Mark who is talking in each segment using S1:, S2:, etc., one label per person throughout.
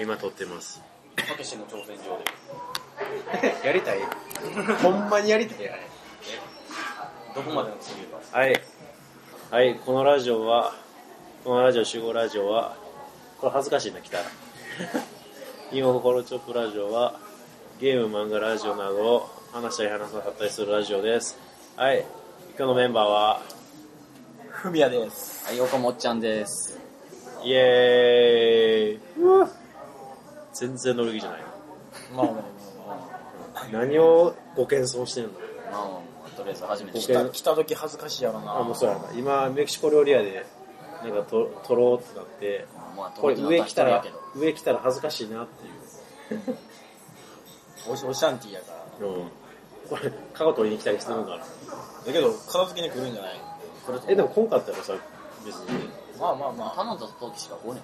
S1: 今撮ってます。
S2: たけしの挑戦状で
S3: やりたいほんまにやりたいあれ。
S2: どこまでのスピード
S1: はい。はい、このラジオは、このラジオ、集合ラジオは、これ恥ずかしいな、来たら。 今心チョップラジオは、ゲーム、漫画、ラジオなどを話したり話さなかったりするラジオです。はい、今日のメンバーは、
S3: ふみやです。
S4: はい、横もっちゃんです。
S1: イエーイうわ全然乗る気じゃない。
S3: まあまあま
S1: 何をご謙遜してんの
S4: まあ、とりあえず初め
S1: ご
S4: て知
S1: 謙
S4: っ
S3: あまあ。来た時恥ずかしいやろな。
S1: あ、もうそうやな。今、メキシコ料理屋で、なんかと、取ろうってなって、
S4: た。まあ、
S1: これ上来た
S4: や
S1: ら
S4: けど。、
S1: 上来たら恥ずかしいなっていう。
S3: おし、おシャンティーやから。
S1: うん。これ、カゴ取りに来たりするのかな。
S3: だけど、片付けに来るんじゃない
S1: え、でも今回ったらさ、別に。
S3: まあまあま
S4: 頼んだ時しか来ね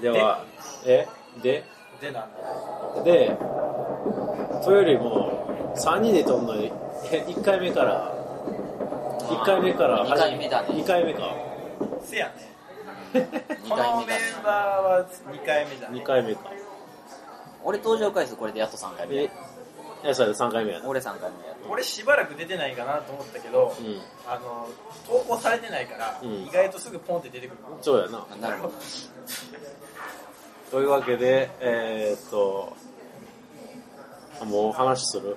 S1: では、え、で、
S3: あ。で、なんだ
S1: で、というよりも、3人で撮るの、え、1回目から、1回目から
S4: 二回目だね
S1: 2回目か。
S3: せやね。
S4: え。2回目
S3: バー
S4: だ
S3: は2回目だ
S1: 2回目か。
S4: 俺登場回数これでやっと3回目
S1: え、え、それ3回目やな。
S4: 俺3回目やっ
S3: 俺しばらく出てないかなと思ったけど、
S1: うん。
S3: あの、投稿されてないから、
S1: うん
S3: 意外とすぐポンって出てくる。
S1: そうやな。
S4: と。なるほど。
S1: というわけで、えー、っと、あもう話する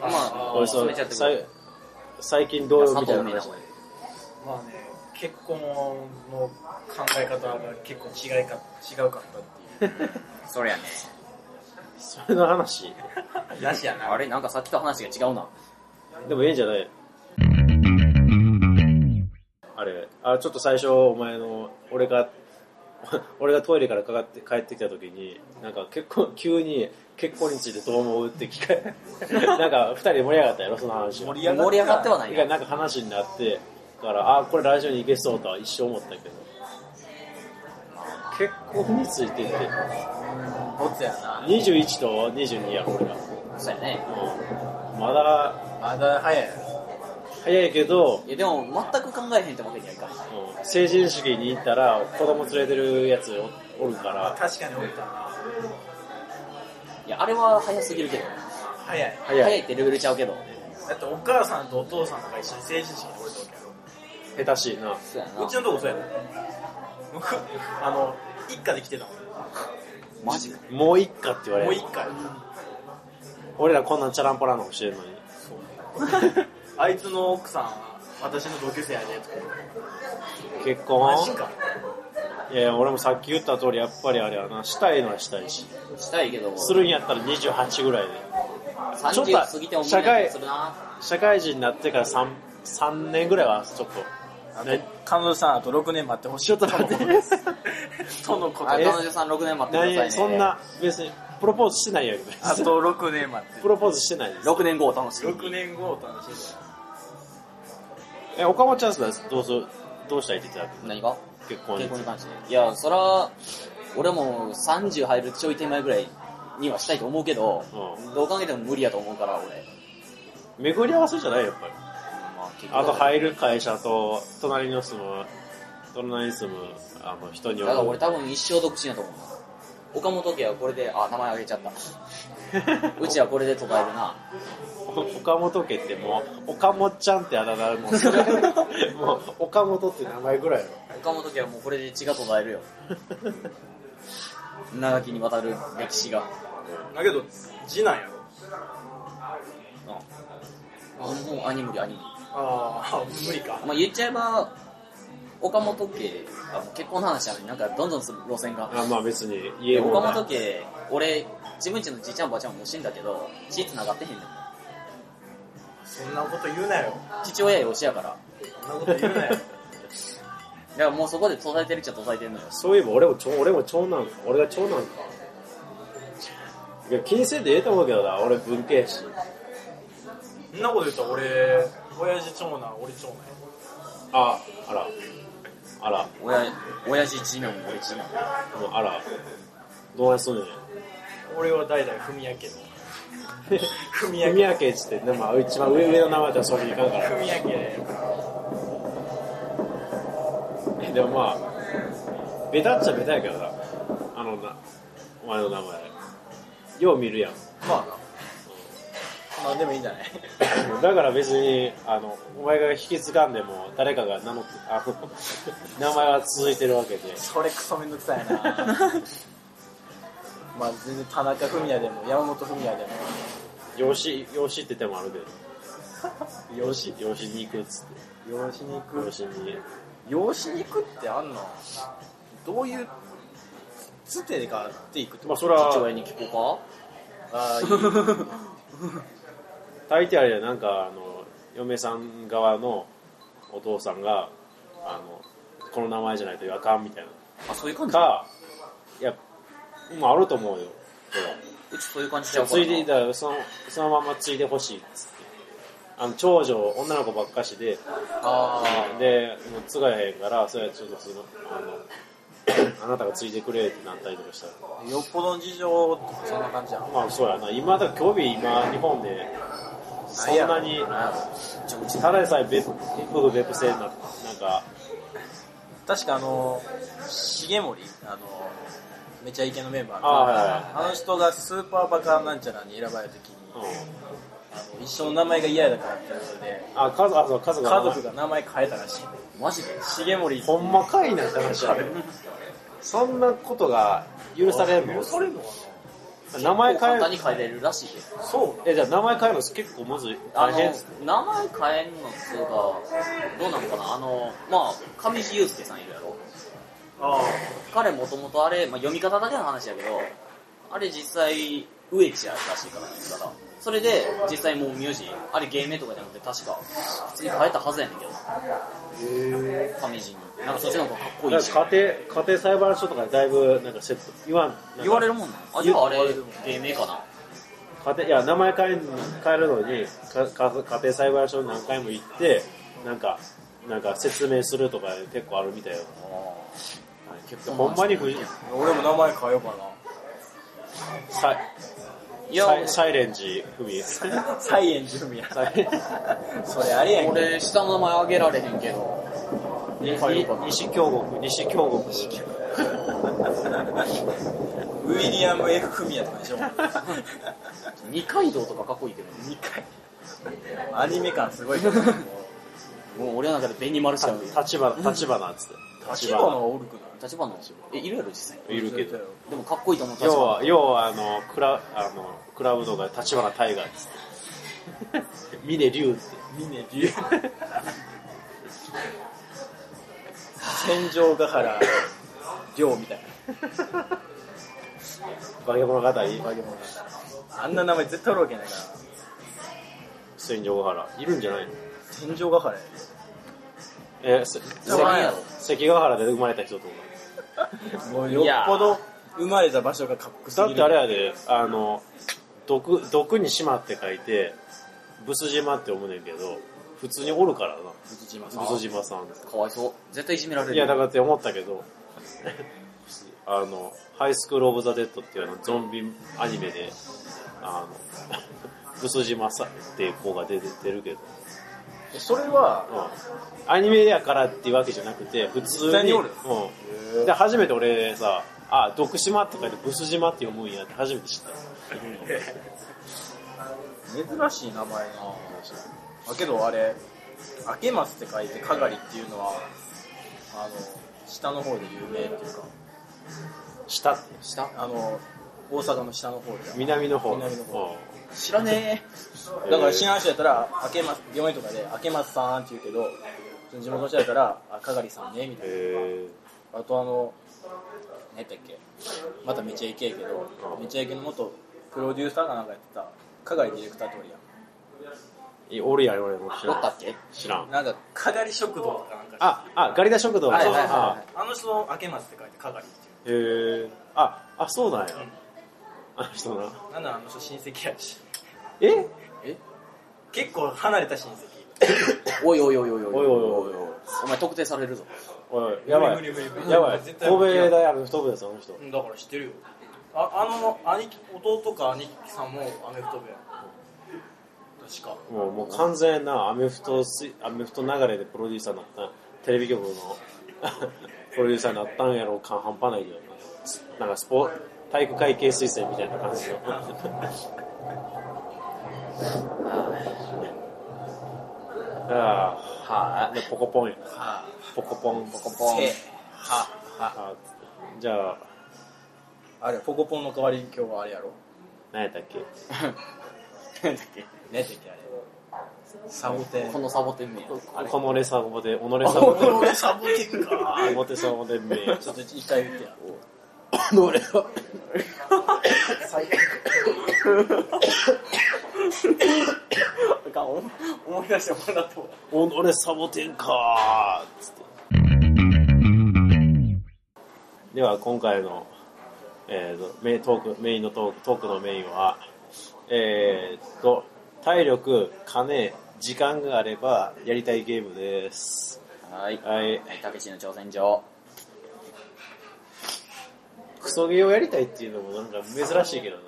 S4: まあ、
S1: 俺
S4: 進
S1: そう
S4: めちゃってく
S1: さい
S4: れ。
S1: 最近どうよみたいな
S4: 佐
S1: 話
S4: 藤海。
S3: まあね、結婚の考え方が結構違いか、違うかったってい
S4: それやね。
S1: それの話。
S3: う。なしやな。
S4: あれ、なんかさっきと話が違うな。
S1: でもええんじゃないあれ、あ、ちょっと最初、お前の、俺が、俺がトイレからかかって帰ってきた時に、なんか結婚、急に結婚についてどう思うって聞かなんか二人で盛り上がったやろ、その話を。
S3: 上がっては
S4: 盛り上がってはないい
S1: や
S4: よ。
S1: なんか話になってからあこれラジオに行けそうとは一生思ったけど結婚についてって
S3: ボツやな。
S1: 21と22や俺が、
S4: そうやね。
S1: うん、まだ
S3: まだ早いやろ。
S1: 早いけど、
S4: いや、でも、全く考えへんってわけにはいかん。
S1: うん、成人式に行ったら子供連れてるやつおおるから
S3: 確かにおったな。
S4: いや、あれは早すぎるけど。
S3: 早い。
S1: 早
S4: 早い
S1: い
S4: ってレベルちゃうけど。
S3: だってお母さんとお父さんが一緒に成人式におれたわけや
S1: 下手しいな
S4: そうや
S3: ろ。
S4: な
S3: うち。のとこそうやろ。僕、あの、一家で来てたもん。
S4: マジで。
S1: もう一家って言わ
S3: もう
S1: れ
S3: 一
S1: る
S3: 家。
S1: 俺らこんなんチャランポランの教えるのに
S3: あいつの奥さん、私の同級生やで、とか言う。
S1: 結婚
S3: マジか。
S1: いやいや俺もさっき言った通りやっぱりあれはなしたいのはしたいし
S4: したいけど、
S1: するんやったら28ぐらいでちょっと
S4: 30過ぎても無理な気がするな。
S1: 社会人になってから 3, 3年ぐらいはちょっと、ね、
S3: 彼女 さんあと6年待ってほ しい。
S1: ちょっと待 って
S3: とのこと
S4: あ
S3: で
S4: 彼
S3: す。
S4: 女さん6年待ってください
S1: 何
S4: ね。
S1: そんな別にプロポーズしてないやけど
S3: あと6年待って
S1: プ。ロポーズしてないです
S4: 6年後を楽しみに。
S3: 6年後を楽しんだ
S1: え岡本チャンスですどうするどうしたいって言って
S4: 何が
S1: た結婚に
S4: 結婚に関していやそら俺も30入るちょい手前ぐらいにはしたいと思うけど、
S1: う
S4: どう考えても無理やと思うから俺、
S1: 巡り合わせじゃないやっぱり
S4: まあ、結局
S1: あと入る会社と隣の住む隣に住むあの人によ
S4: だから俺
S1: る
S4: 多分一生独身やと思うな岡本家はこれであ名前あげちゃった うちはこれで途絶えるな
S1: 岡本家ってもう岡本ちゃんってあだ名もうそれ もう岡本って名前ぐらいやろ
S4: 岡本家はもうこれで血が途絶える よ長きにわたる歴史が
S3: だけど、次男やろ。
S4: もう兄無理兄無理
S3: ああ、無理か。
S4: まあ言っちゃえば岡本家あの結婚の話なのになんかどんどんする路線が
S1: あまあ別に
S4: で
S1: 家も
S4: 岡本家、俺、自分家のじいちゃんばあちゃんも死んだけど、血繋がってへんねん。
S3: そんなこと言うなよ。
S4: 父親養子やから。
S3: そんなこと言うなよ。
S4: だからもうそこで途絶えてるっちゃ途絶えてんのよ。
S1: そういえば俺も長俺も長男か俺が長男かいや気にせんでええと思うけどな俺文系やし
S3: そんなこと言ったら俺親父長男俺長男
S1: ああらあら
S4: 親、親父、次男、俺次男。
S1: もうあらどうやすんねん
S3: 俺は代々文明 家の
S1: 文明家っつってでも一番上上の名前だったらそれいかんから
S3: 文明家で
S1: でもまあベタっちゃベタやけどなあのなお前の名前よう見るやん
S3: まあななんでもいいんじゃない
S1: だから別にあのお前が引き継がんでも誰かが名乗ってあの名前は続いてるわけで
S3: それクソめんどくさいな まあ全然田中文也でも山本文也で
S1: 養子養子って手もあるけど養子養子に行くっつって
S3: も養子に行く
S1: 養子に
S3: 養子に行くってあんのどういうつてがあっていくって
S1: まあ
S3: こと
S1: それ
S4: 父
S1: は
S4: 親に聞こ
S3: ああいい
S1: 大抵あれやなんかあの嫁さん側のお父さんがあのこの名前じゃないとあかんみたいな
S4: うか。あ、そういう感じ
S1: かいやまああると思うよそれは
S4: うちそういう感じ
S1: じ
S4: ちゃ
S1: ゃ
S4: う
S1: あ
S4: か
S1: つ
S4: ら
S1: い
S4: な。
S1: でだからそのそのままついでほしいっつってあの長女女の子ばっかしで
S4: あ
S1: でもう継がへんからそれはちょっとそのあの あなたがついてくれってなったりとかしたら
S3: よっぽどの事情とかそんな感じやん
S1: まあそうやな今だ興味今日本でそんなに
S4: じゃあうち
S1: ただでさえ別夫婦別姓ななんか
S3: 確かあの重森あのめちゃイケのメンバーの
S1: あ
S3: あの人がスーパーバカなんちゃらに選ばれた時に、
S1: うん
S3: あの一緒の名前が嫌だからってことで
S1: あ家族あそう家族
S3: 家族が名前変えたらしい
S4: マジで
S3: 重森
S1: ほんまかいなって話やねそんなことが許されるの
S3: 許されるのか
S1: 名前変え
S4: 簡
S1: る
S4: 単に変えれるらしいで。
S3: なそう
S1: えじゃあ名前変えるの結構むずい
S4: あ
S1: 大
S4: の
S1: 変っす、
S4: 名前変えんのっていうか、どうなのかなあの、まあ、上地雄介さんいるやろ
S3: あ
S4: 彼もともとあれ、まあ、読み方だけの話やけど、あれ実際、植地やらしいからね、だから。それで、実際もう名字、あれ芸名とかじゃなくて確か、普通に変えたはずやねんけど。上地に。なんかそっちの方がかっこい
S1: ないん
S4: し。
S1: か家庭、家庭裁判所とかでだいぶ、なんかセット、言わん、
S4: 言われ
S1: る
S4: るもんなのあ、じゃああれ
S3: 言われるもん、
S4: 芸名かな
S1: 家庭、いや、名前変えん変えるのにかか、家庭裁判所に何回も行って、なんか、なんか説明するとか結構あるみたいよ。
S4: 結構
S1: ほんまに不自
S3: あ俺も名前変えようかな
S1: サイ
S4: いや
S1: サ、イサイレンジ文ミ。サイ
S3: 菜園純也それあれやんけ
S4: 俺、下の名前あげられへんけど。
S1: に
S4: 変えようかな
S1: 西京極、西京極。
S3: ウィリアム・ F ・フミヤとかでしょ
S4: 二階堂とかかっこいいけど。
S3: 二回アニメ感すごいけど
S4: もう俺の中で紅丸しちゃうよ。
S1: 立花、立花っつって。
S3: 立花がおるくない
S4: 立場の、え、いるやろ実際。
S1: いるけど。
S4: でもかっこいいと思った
S1: 要は、要はあの、クラ、あの、クラブのが立花大河っつって。峰竜って。
S3: 峰竜戦場ヶ 原亮みたい
S1: 化け物語、
S3: な化け物あんな名前絶対あるわけないから
S1: 戦場ヶ原。いるんじゃないの
S3: 天井ヶ原や
S1: えー、せ
S4: おらんやろ
S1: 関ヶ原で生まれた人とか。
S3: でもうよっぽど生まれた場所がかっこす
S1: だ
S3: ぎ
S1: っ
S3: る
S1: てあれやで、あの、毒、毒に島って書いて、ブス島って思うねんけど、普通におるからな、
S4: 藤島さん。
S1: ブス島さん。
S4: かわいそう。絶対いじめられる。
S1: いや、だからって思ったけど、あの、ハイスクールオブザ・デッドっていうあのゾンビアニメで、あの、ブス島さんっていう子が出て出るけど、
S3: それは
S1: うんアニメやからっていうわけじゃなくて、普通に。
S3: 普通におる
S1: うん。で、初めて俺さ、あ、毒島って書いてブス島って読むんやって初めて知った。
S3: 珍しい名前なだけどあれ「明松」って書いて「かがり」っていうのはあの下の方で有名っていうか
S1: 下って。
S4: 下
S3: あの大阪の下の方で
S1: 南の方。
S3: 南の方
S4: 知らね
S1: うん
S3: だから知らない人やったら「明松」病院とかで「明松さん」って言うけどその地元の人やったら「あかがりさんね」みたいな
S1: え
S3: あとあの、何やったっけ、まためちゃイケやけど、めちゃイケの元プロデューサーがなんかやってた、かがりディレクターっておるや
S1: ーいおるやん、俺も知
S4: え。お
S1: ら
S4: った
S1: ん
S4: っ。け
S1: 知ら
S3: ん。
S1: ん。
S3: なんか、かがり食堂とかなんか、
S1: あ、あ、ガリダ食堂
S4: はいはいはいは
S1: あ
S4: い
S3: あの人の明松って書いてかがりっていう。
S1: へえ。あ、あ、そうなんや。あの人な。
S3: なんならあの人親戚やし。
S1: え
S3: 結構離れた親戚。
S4: おいおいおいおいおい
S1: おいおいおいおい
S4: お前特定されるぞ。
S1: おい、やば
S3: 無理無理無
S1: い。
S3: 理
S1: やばい。
S3: 絶
S1: 神
S3: 対無
S1: 戸
S3: 理
S1: 大学の太部です、あの人。
S3: うんだから知ってるよ。あ、あの、兄貴、弟か兄貴さんもアメフト部やん。確か。
S1: もうもう完全なアメフトすアメフト流れでプロデューサーになったテレビ局の プロデューサーになったんやろう感半端ないけどななんかスポ体育会系推薦みたいな感じの あ
S4: は
S1: あでポコポンや
S3: は
S1: ポコポンポコ
S4: ポン
S3: せは
S1: あ
S3: は
S1: じゃあ
S3: あれ、ポコポンの代わりに今日はあれやろ。
S1: 何やったっけ
S4: い。なんだっけ
S3: ねてきあれ。サボテン。
S4: このサボテン名。
S1: このレサボで己サボで
S3: 俺サボテンか。
S1: 表サボでめ
S3: ちょっと一回言ってや。
S1: のれは
S3: 最
S4: か思い出してもらったも
S1: 己サボテンかーっつってでは今回の、えーとメイントークメインのトークトークのメインはえーっと体力金時間があればやりたいゲームです
S4: はい。
S1: はい
S4: たけしの挑戦状。
S1: クソゲーをやりたいっていうのもなんか珍しいけどな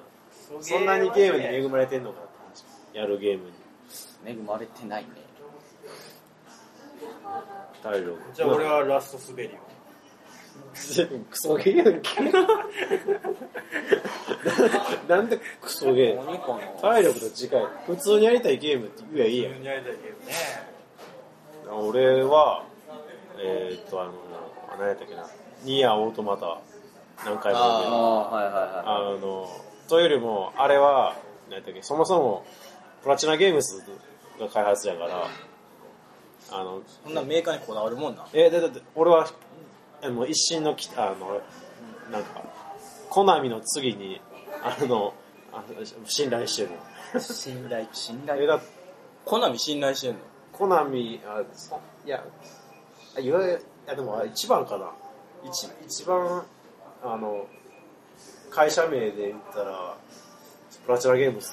S1: そんなにゲームに恵まれてんのかって話やるゲームに
S4: 恵まれてないね。
S1: 体力
S3: じゃあ俺はラスト滑りを。
S1: クソゲーやんけなんでクソゲー
S4: 何この
S1: 体力と時間普通にやりたいゲームって言えばいいや
S3: 自分にやりたいけどね。
S1: ん俺はえーっとあの何やったっけなニアオートマタ何回もやるけ
S4: あ
S1: ど
S4: あ、はいは
S1: あのというよりもあれは何やったっけそもそもプラチナゲームズが開発やからあの
S3: そんなメーカーにこだわるもんな。
S1: えだだって俺はえもう一心のきあのなんかコナミの次にあのあの信頼してる
S3: 信頼、信
S1: え。だ
S3: コナミ信頼してんの
S1: コナミあいやあいわゆるいやでもあ一番かな一一番あの会社名で言ったらプラチナゲームス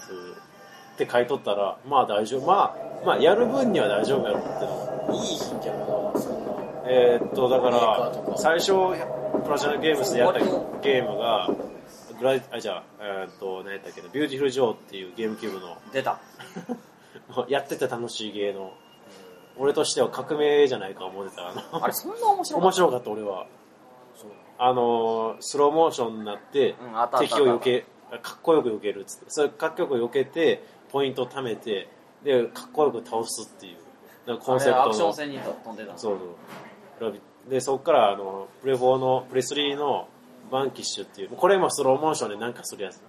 S1: って書いとったらまあ大丈夫まあまあやる分には大丈夫やろうっての
S3: いい品キャラだそんな。
S1: えーっとだか
S3: メーカーと
S1: ら
S3: か
S1: 最初プラチナゲームズでやったゲームがグラあじゃあえーっと何やったっけなビューティフルジョーっていうゲームキューブの
S4: い。出た。
S1: もう やってて楽しい芸の俺としては革命じゃないか思ってたあの
S4: あれ、そんな面白か
S1: 面
S4: った
S1: 白かった俺は
S3: そう。
S1: あのースローモーションになって
S4: うんあったあった
S1: 敵を避けかっこよく避けるっつってそれかっこよく避けてポイントを貯めてでかっこよく倒すっていうなんかコンセプ
S4: あれ
S1: ト
S4: アクション
S1: の
S4: 戦に飛んでたの。
S1: そうそうラビでそこからあのプレ4のプレ3のバンキッシュっていうこれもスローモーションでなんかするやつ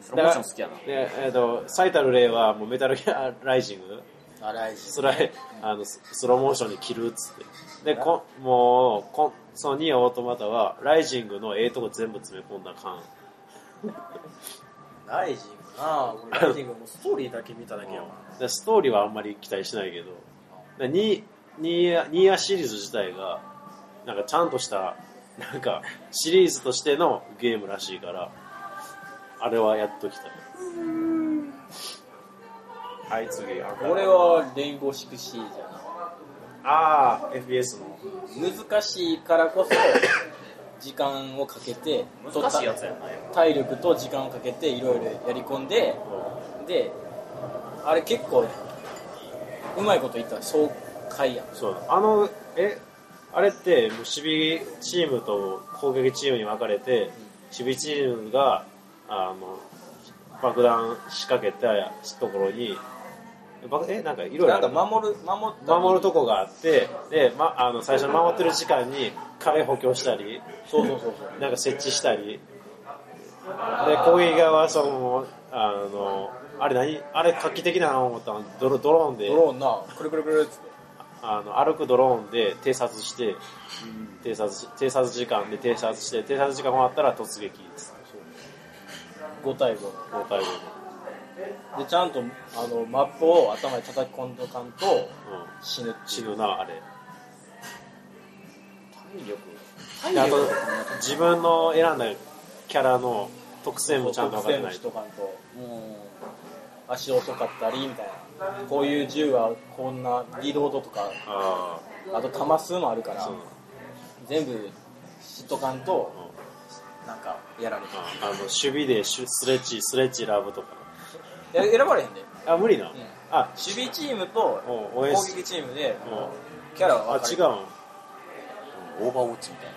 S4: それもちろん好きやな。
S1: で、えー、と最たる例はもうメタルギアライジング
S3: あ、ライジ。
S1: スライあのススローモーションに切るっつってでこもうこんそのニアオートマタはライジングのええとこ全部詰め込んだ感
S3: ライジングな俺ライジングもうストーリーだけ見ただけやわ。
S1: でストーリーはあんまり期待しないけどでニニアニアシリーズ自体がなんかちゃんとしたなんかシリーズとしてのゲームらしいからあれはやっときたいはい次
S3: 俺はレインボーシクシーじゃな。
S1: ああ FBS の
S3: 難しいからこそ、時間をかけて、
S4: 難しいやつやな。
S3: 体力と時間をかけていろいろやり込んで、で、あれ結構、うまいこと言ったら爽快やん。
S1: そうだあのえあれってもう守備チームと攻撃チームに分かれて守備チームがあの爆弾仕掛けたところに爆えなんかいろいろ
S3: な
S1: あ
S3: ん
S1: る
S3: か守る、守ったり
S1: 守るとこがあってで、ま、あの最初に守ってる時間に壁補強したり
S3: そうそうそうそう。
S1: なんか設置したりで攻撃側はそのあのあれ何あれ画期的だな思ったのドロドローンで
S3: ドローンな、くるくるくるっつって。
S1: あの歩くドローンで偵察して偵察し偵察時間で偵察して偵察時間終わったら突撃です
S3: 5対5の。
S1: 交代後で、
S3: でちゃんとあのマップを頭に叩き込んどかんと
S1: うん、
S3: 死ぬっていう
S1: 死ぬなあれ
S4: 体力。
S1: であと自分の選んだキャラの特性もちゃんと分かってない
S3: と
S1: と。
S3: かんと
S4: も
S3: 足遅かったりみたいなこういう銃はこんなリロードとか
S1: あ
S3: あと弾数もあるか
S1: あ、
S3: ら
S1: そうなんだ
S3: 全部知っとかんと
S1: うん
S3: なんかやられる
S1: ああの守備でシュスレッチ、スレッチラブとか。
S3: いや選ばれへんで
S1: あ、無理な。
S3: ん
S1: あ、
S3: 守備チームと
S1: もう
S3: 攻
S1: OS。
S3: 撃チームで
S1: うん
S3: キャラは
S1: あ、
S3: 分か
S1: 違
S3: れ
S1: う
S3: る
S1: ん。
S4: う、オーバーウォッチみたいな。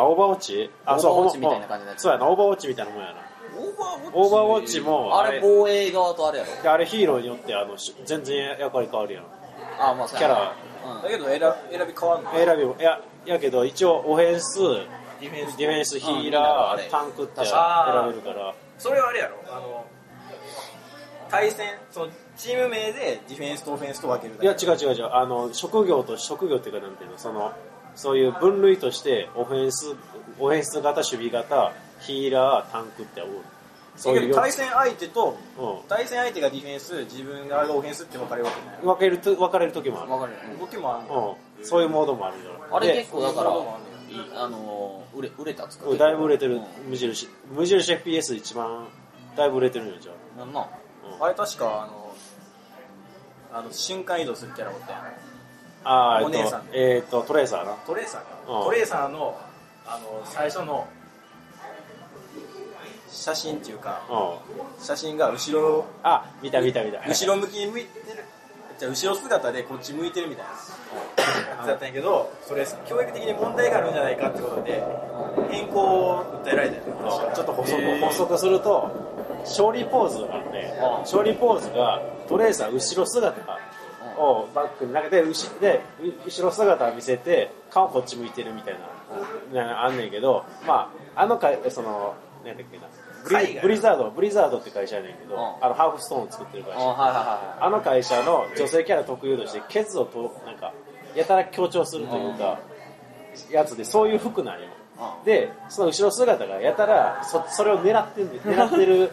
S1: あ、オーバーウォッチあ、
S4: オーバーウォッチみたいな感じのやつ
S1: そうやな、オーバーウォッチみたいなもんやな。
S3: オーバーウォ
S1: オ
S3: ッチ
S1: ーバーウォッチも、
S4: あれ、防衛側とあれやろ。
S1: であれヒーローによってあのし全然役割変わるやん
S4: あ、まあ、
S1: キャラ
S4: うん
S3: だけど選選び変わんない
S1: 選びもいやいやけど一応オフェンス
S3: ディフェン
S1: ディフェンスヒ
S4: うんみ
S1: ー
S4: んなが
S1: ラー
S4: あれ
S1: タンクって選
S4: 確
S3: か
S1: べるから
S3: それはあれやろあの対戦そのチーム名でディフェンスとオフェンスと分けるだ
S1: い
S3: け
S1: や違う違う違うあの職業と職業っていうかなんていうのそのそういう分類としてオフェンスオフェンス型守備型ヒーラータンクっておるそういう
S3: だけど
S1: よ
S3: 対戦相手と
S1: う
S3: 対戦相手がディフェンス自分がオフェンスって分かれるわけない
S1: ん、分けると分かれる時もある
S4: わかるよね
S3: 動きもあんの
S1: うん、そういうモードもあるから
S4: あれ
S1: で
S4: 結構だから
S3: そういうものも
S4: いい、あのー、売れ、売れたっつう
S1: うん
S4: か。
S1: だいぶ売れて
S4: う
S1: る
S4: ん
S1: 無印無印 FPS 一番だいぶ売れてるんよじゃ
S4: なんな
S1: あ、うん
S3: あれ確かあのあの瞬間移動するキャラおったやん
S1: あー
S3: お姉さん
S1: えっ、と、えーと、トレーサーな。
S3: トレーサー
S1: う
S3: か
S1: ん
S3: トレーサーのあの最初の写真っていうか
S1: うん。
S3: 写真が後ろ
S1: あ、見た見た見た。
S3: 後ろ向きに向いてるじゃあ後ろ姿でこっち向いてるみたいなやつだったんやけどそれ教育的に問題があるんじゃないかってことで変更を訴えられたよね確か
S1: ちょっと補足,、
S3: へー
S1: 補足すると、勝利ポーズがあって、勝利ポーズがトレーサー後ろ姿をバックに投げて、後ろでう後ろ姿を見せて、顔こっち向いてるみたいな、なあんねんけど、まあ、あのか、その、なんだっけな、ブ
S3: 海
S1: リ
S3: 外
S1: ブリザード、ブリザードって会社やねんけど、
S4: うん
S1: あのハーフストーンを作ってる会
S4: あ
S1: 社。
S4: はいは
S1: あの会社の女性キャラ特有として、ケツをと、なんか、やたら強調するというか、やつで、そういう服なんよ。
S4: いはい。で、
S1: で、その後ろ姿がやたら、そそれを狙ってんで、狙ってる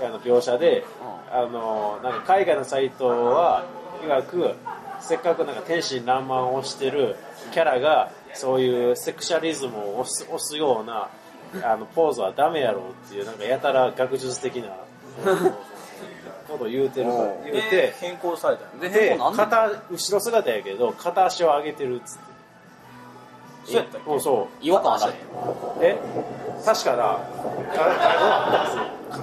S1: あの描写で、
S4: う
S1: あの、なんか海外のサイトは、いわく、せっかくなんか天真爛漫をしてるキャラが、そういうセクシャリズムを押す押すような、あの、ポーズはダメやろうっていう、なんかやたら学術的な、ことを言うてるから
S4: おう、
S1: 言う
S3: で
S1: て、
S3: 変更されたよね
S4: で、
S1: で
S4: 変更なんで
S1: 片後ろ姿やけど片足を上げてるっつって
S3: そうやったっけ
S1: うんそ
S4: 違和感ある。
S1: うえ確かなああどうなった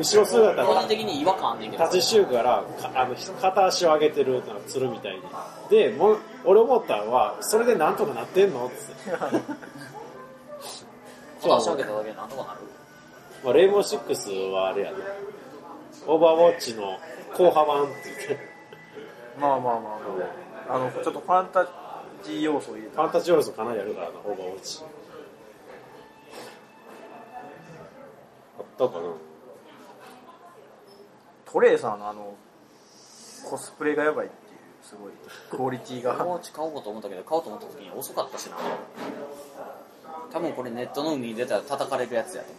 S1: っす後ろ姿
S4: 個
S1: が
S4: 人的に違和感あんねんけど。
S1: 立ち集からかあの片足を上げてるなんかつるみたいにでもう俺思ったのはそれでなんとかなってんのっつって、
S4: そう。足を上げただけでなんとかなる。
S1: まあ、レインボーシックスはあれやなオーバーウォッチの後半版って言って
S3: まあまあまあまああのちょっとファンタジー要素を入れ
S1: フ
S3: た
S1: ァンタジー要素かなりあるからな、オーバーウォッチ。あったかな
S3: トレーサーのあのコスプレがやばいっていうすごいクオリティが
S4: コーチ買おうかと思ったけど、買おうと思った時に遅かったしな。多分これネットの海に出たら叩かれるやつやと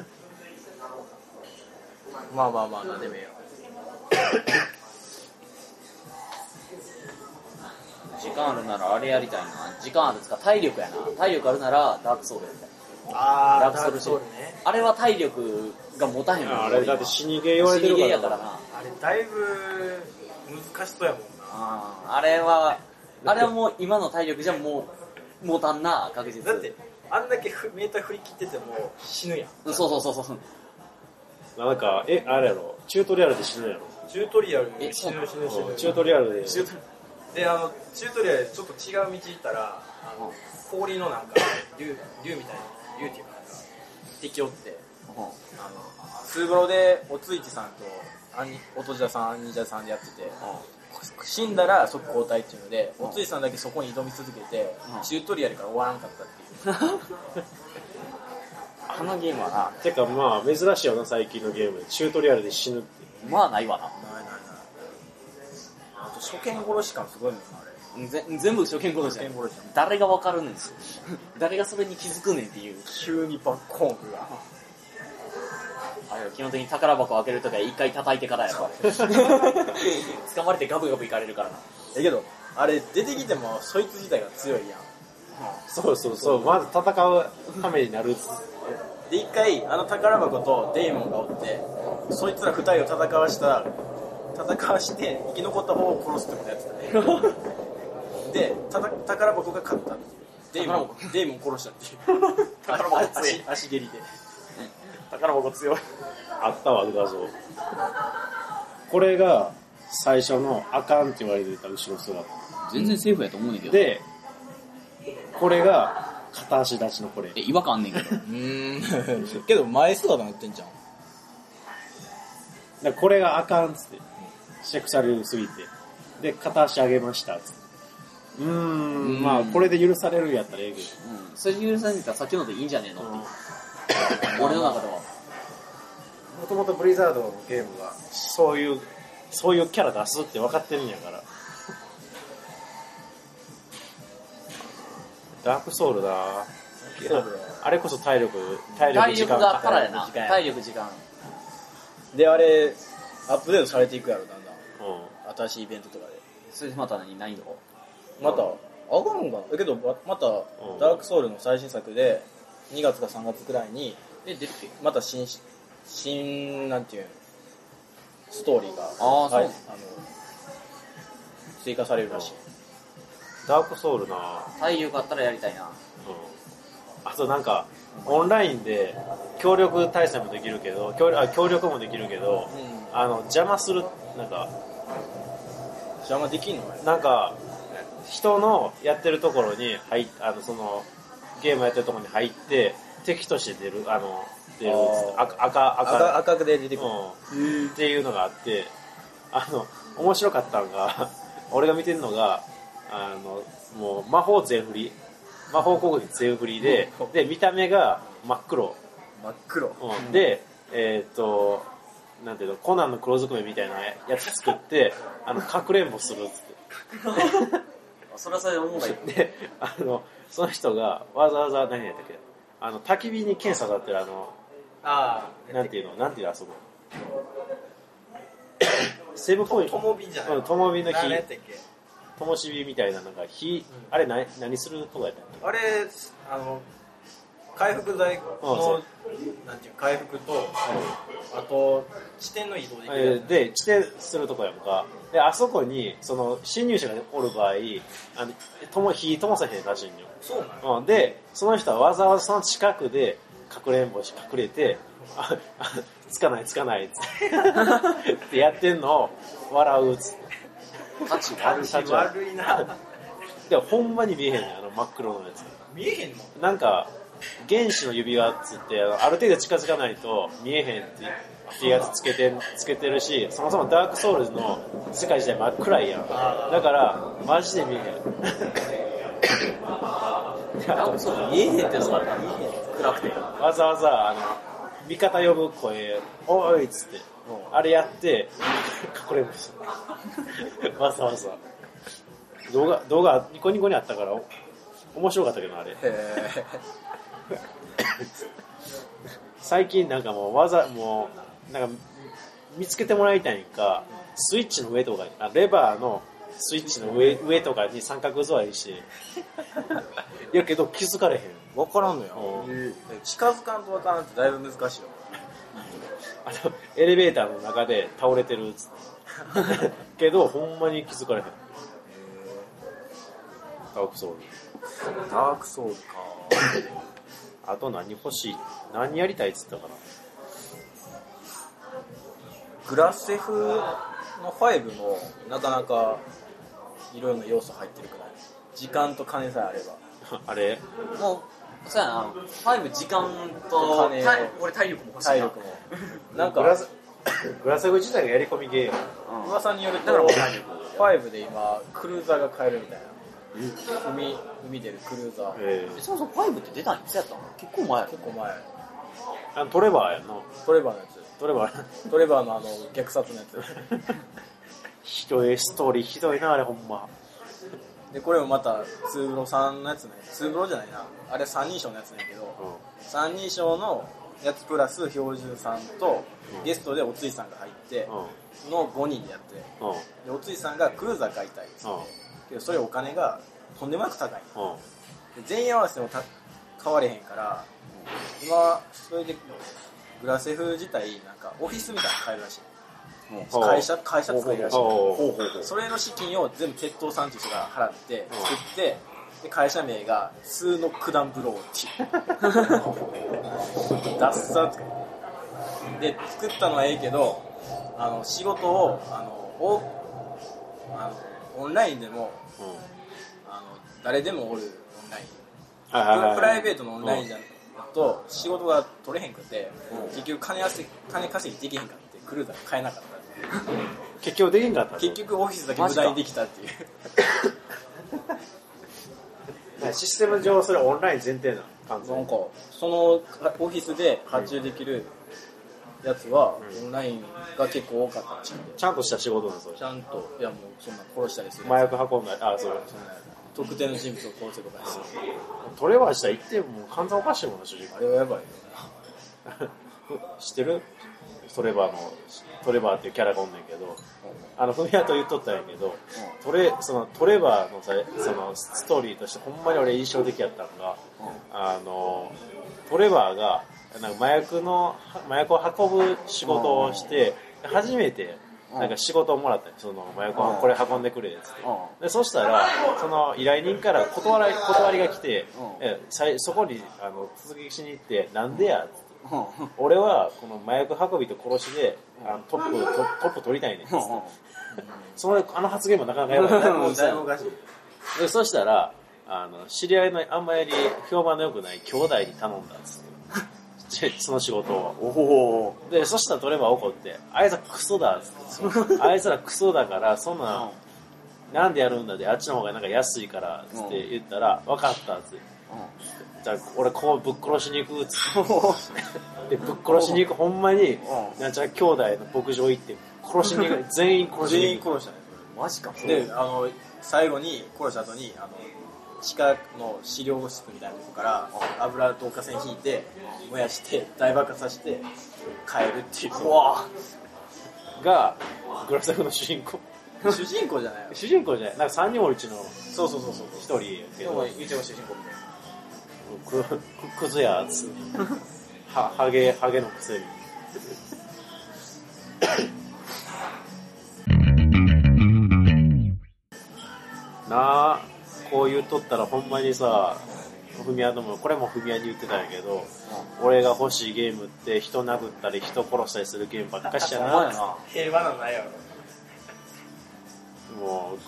S4: 思
S3: まあまあまあ何でもいいよ
S4: う。時間あるならあれやりたいな。時間あるっつうか体力やな。体力あるならダークソウルやりたい。
S3: あ
S4: ダークソウルね。あれは体力が持たへんもん
S1: あれだって死にゲー言われてる
S4: 死にゲー
S1: か
S4: や
S1: ら
S4: から
S1: な。
S4: な。
S3: あれだいぶ難しそうやもんな
S4: あーあれは、あれはもう今の体力じゃもう、持たんな、確実。
S3: だって、あんだけふメーター振り切ってても死ぬやん。
S4: そうそうそうそう。
S1: なんか、え、あれやろ、チュートリアルで死ぬやろ。
S3: チュートリアル
S4: え
S3: に死ぬ死ぬ死ぬ。
S1: チュートリアルで。
S3: チュートリで、あの、チュートリアルでちょっと違う道行ったら、あの、氷のなんか、竜、竜みたいな、竜っていうかなんか、敵おって、あの、ツーブロで、おついちさんと、あんに、おとじださん、あんにじださんでやってて、死んだら即交代っていうので、おついさんだけそこに挑み続けて
S4: うん、
S3: チュートリアルから終わらんかったっていう。
S4: あのゲームはな、
S1: てかまあ、珍しいよな、最近のゲームで。チュートリアルで死ぬって。
S4: まあないわな。
S3: ないないない。あと、初見殺し感すごいもんな、あれ。
S4: ぜ全部初見殺しだ
S3: 初見殺しだ
S4: 誰がわかるねんす誰がそれに気づくねんっていう。
S3: 急にバッコーンが。
S4: あれは基本的に宝箱開けるときは一回叩いてからやから。捕まれてガブガブいかれるからな。
S3: えけど、あれ出てきてもそいつ自体が強いやん。
S1: そうそうそう、まず戦うためになるっつ
S3: で一回あの宝箱とデイモンがおってそいつら二人を戦わした戦わして生き残った方を殺すってことやって たねでたた宝箱が勝ったっていうデイモ
S4: 宝
S3: ンデイモン殺したっていう
S2: 宝箱強い
S3: 足足蹴りで
S2: 宝箱強い。
S1: あったわ画像これが最初のあかんって言われてた後ろ姿
S5: 全然セーフやと思うねんけど。
S1: でこれが片足立ちのこれ
S5: え、違和感あんねんけど。
S6: うん。 けど前姿になってんじゃん。
S1: だからこれがあかんっつってシェクサルすぎてで片足上げましたっつってうーん
S5: うん
S1: まあこれで許されるんやったらええけど
S4: うん。それ許されてたらさっきのでいいんじゃねえのっていう。俺の中では。
S1: もともとブリザードのゲームはそういうそういうキャラ出すって分かってるんやからダークソウルだあれこそ体力体力
S4: 体
S1: 時
S4: 力
S1: 間
S4: がパラやな。
S3: 時間
S4: 体力時間。
S3: であれアップデートされていくやろだんだん
S1: うん
S3: 新しいイベントとかで
S4: それでまた何、難易度
S3: また上がるんかなだけどままた
S1: ん
S3: ダークソウルの最新作で2月か3月くらいに
S4: え、出るっけ
S3: また新し新なんていうのストーリーが
S4: あーそう
S3: はいあの追加されるらしい
S1: ダークソウルな
S4: 体力あったらやりたいな。
S1: あとなんか、オンラインで協力対戦もできるけど、協力あ協力もできるけど、
S3: うん
S1: あの邪魔する、なんか、
S3: 邪魔できんのあれ
S1: なんか、人のやってるところに入っあのそのゲームやってるところに入って、敵として出る、あの、出る
S3: あ
S1: 赤、
S3: ー
S1: 赤、
S3: 赤赤くで出てくる
S1: うん、っていうのがあってあの面白かったのが 俺が見てるのがあのもう魔法全振り魔法攻撃全振りでで見た目が真っ黒、
S3: 真っ黒
S1: うんでえーっとなんていうのコナンの黒ずくめみたいなやつ作ってあのかくれんぼするっつって
S4: それはそれで思うがいい。
S1: で、あの、その人がわざわざ何やったっけあの、焚き火に剣刺さってるあの、
S3: あ
S1: なんていうのなんていうのあそこ。 セーブポイント。
S3: もびじ
S1: うん、ともびの火、
S3: 何やったっけ
S1: ともしびみたいな、なんか火、あれ何、何するとこやったっけ
S3: あれあの回復剤のなんていう回復とあと地点の移動でき
S1: え
S3: る
S1: ーで、地点するとこやんか。で、あそこに、その、侵入者がおる場合、あの、とも、火ともさへんらしいんよ。
S3: そうなの
S1: うん、で、その人はわざわざその近くで、かくれんぼし隠れて、ああつかないつかないっつってってやってんのを笑うっつって。
S4: 価値があ
S1: あ
S4: る。
S1: る社長。
S3: 悪いな
S1: でもほんまに見えへんねん、あの真っ黒のやつ。
S3: 見えへんの
S1: なんか、原子の指輪っつって、あのある程度近づかないと見えへんってってやつつけてつけてるし、そもそもダークソウルズの世界自体真っ暗いやん。だから、マジで見えへんで。あ
S4: あ
S1: と
S4: そうか見えへんってのがあるな暗くて。
S1: わざわざ、あの、味方呼ぶ声、おいっつって、あれやって、 隠れました。わざわざ。動画、動画、ニコニコにあったから、お面白かったけどな、あれ。最近なんかもうわざもうなんか見つけてもらいたいんかスイッチの上とかにあレバーのスイッチの上上とかに三角座り してやけど気づかれへん
S3: 分からんのや
S1: うん
S3: 近づかんと分からんってだいぶ難しいよ
S1: あのエレベーターの中で倒れてるっつって けどほんまに気づかれへんダークソウル
S3: ダークソウルか
S1: あと何欲しい何やりたいっつったかな
S3: グラセフの5もなかなかいろいろな要素入ってるくない時間と金さえあれば
S1: あれ
S4: もう、そうやな、5時間と、
S3: 金
S4: 体俺体力も欲しいな。
S3: 体力もなん
S1: グラ
S3: か
S1: ス グラセグ自体がやり込みゲーム
S3: 噂によると
S4: だからもう
S3: 5で今クルーザーが買えるみたいな海海出るクルーザー
S1: え
S4: えそもそも5って出たんいつやったの結構前やろ
S3: 結。構前
S1: ーあのトレバーやんな
S3: トレバーのや
S1: トレバー
S3: つトレバーのあの虐殺のやつ
S1: ひどいストーリーひどいなあれほんま
S3: でこれもまた2ブロさんのやつね2ブロじゃないなあれ三人称のやつねんけど三人称のやつプラス標準さんとゲストでおついさんが入って
S1: うんうん
S3: の5人でやって
S1: うん
S3: でおついさんがクルーザー買いたいですけどそれお金がとんでもなく高い
S1: うん
S3: で全員合わせてもた買われへんから今、それで、グラセフ自体、なんか、オフィスみたいなの買えるらしい。
S1: ほう
S3: 会社、会社作れるらしい。
S1: ほうほうほう
S3: それの資金を全部鉄塔さんという人が払って、作って、で会社名が、通の九段ブ ローっていう。ダッサーってで、作ったのはええけど、あの、仕事を、あの、おあのオンラインでも、
S1: うん
S3: あの、誰でもおるオンライン。
S1: はいはいはいはい
S3: プライベートのオンラインじゃんと仕事が取れへんくて、結局金稼ぎ金稼ぎできへんかってクルーザー買えなかったっていう
S1: 結局できんかったの
S3: 結局オフィスだけ無駄にできたっていう
S1: システム上それオンライン前提なの完全
S3: な
S1: に
S3: んかそのオフィスで発注できるやつは
S1: うん
S3: オンラインが結構多かったらしいんで
S1: ちゃんとした仕事なのそれ
S3: ちゃんといやもうそんな殺したりする
S1: 麻薬運んだりあそれ
S3: そんな特定の人物を殺せとかする
S1: トレバーしたら行ってもう完全おかしいもんな主人
S3: あれはやばいよ
S1: 公知ってるトレバーのトレバーっていうキャラがおんねんけどあのふみやと言っとったんやけどトレそのトレバーのさそのストーリーとしてほんまに俺印象的やったのがあのトレバーがなんか麻薬の麻薬を運ぶ仕事をして初めてなんか仕事をもらったんよその麻薬をこれ運んでくれっつってでそしたらその依頼人から断ら断りが来て、えさいそこにあの続きしに行って「なんでや?」って俺はこの麻薬運びと殺しであのトップトトップ取りたいねん」つってそのあの発言もなかなかやばい
S3: もうだいぶおかしい
S1: でそしたらあの知り合いのあんまり評判の良くない兄弟に頼んだっつ ってその仕事をでそしたらトレバー怒って「あいつらクソだ」っつって「あいつらクソだからそんなんなんでやるんだってあっちの方がなんか安いからっつって言ったら「分かった」っつって。じゃあ俺こうぶっ殺しに行くっつ ってでぶっ殺しに行くほんまになんちゃら兄弟の牧場行って殺しに行く 全員殺し
S3: 全
S1: に
S3: 員
S1: 行く
S3: 殺したね
S4: マジか。
S3: であの最後に殺した後にあの地下の資料室みたいなとこから油導火線引いて燃やして大爆発させて帰るっていう
S1: がグラサフの主人公
S3: 主人公じゃない
S1: 主人公じゃないなんか3人おるうちの
S3: そうそうそうそう
S1: 1人やけ
S3: でも
S1: ど
S3: 言っても主人公みたいな
S1: くくクズやっつってはハゲハゲのくせになあこう言っとったらほんまにさふみやともこれもふみやに言ってたんやけど、俺が欲しいゲームって人殴ったり人殺したりするゲームばっかしやな
S3: 平和なのないやろ
S1: もう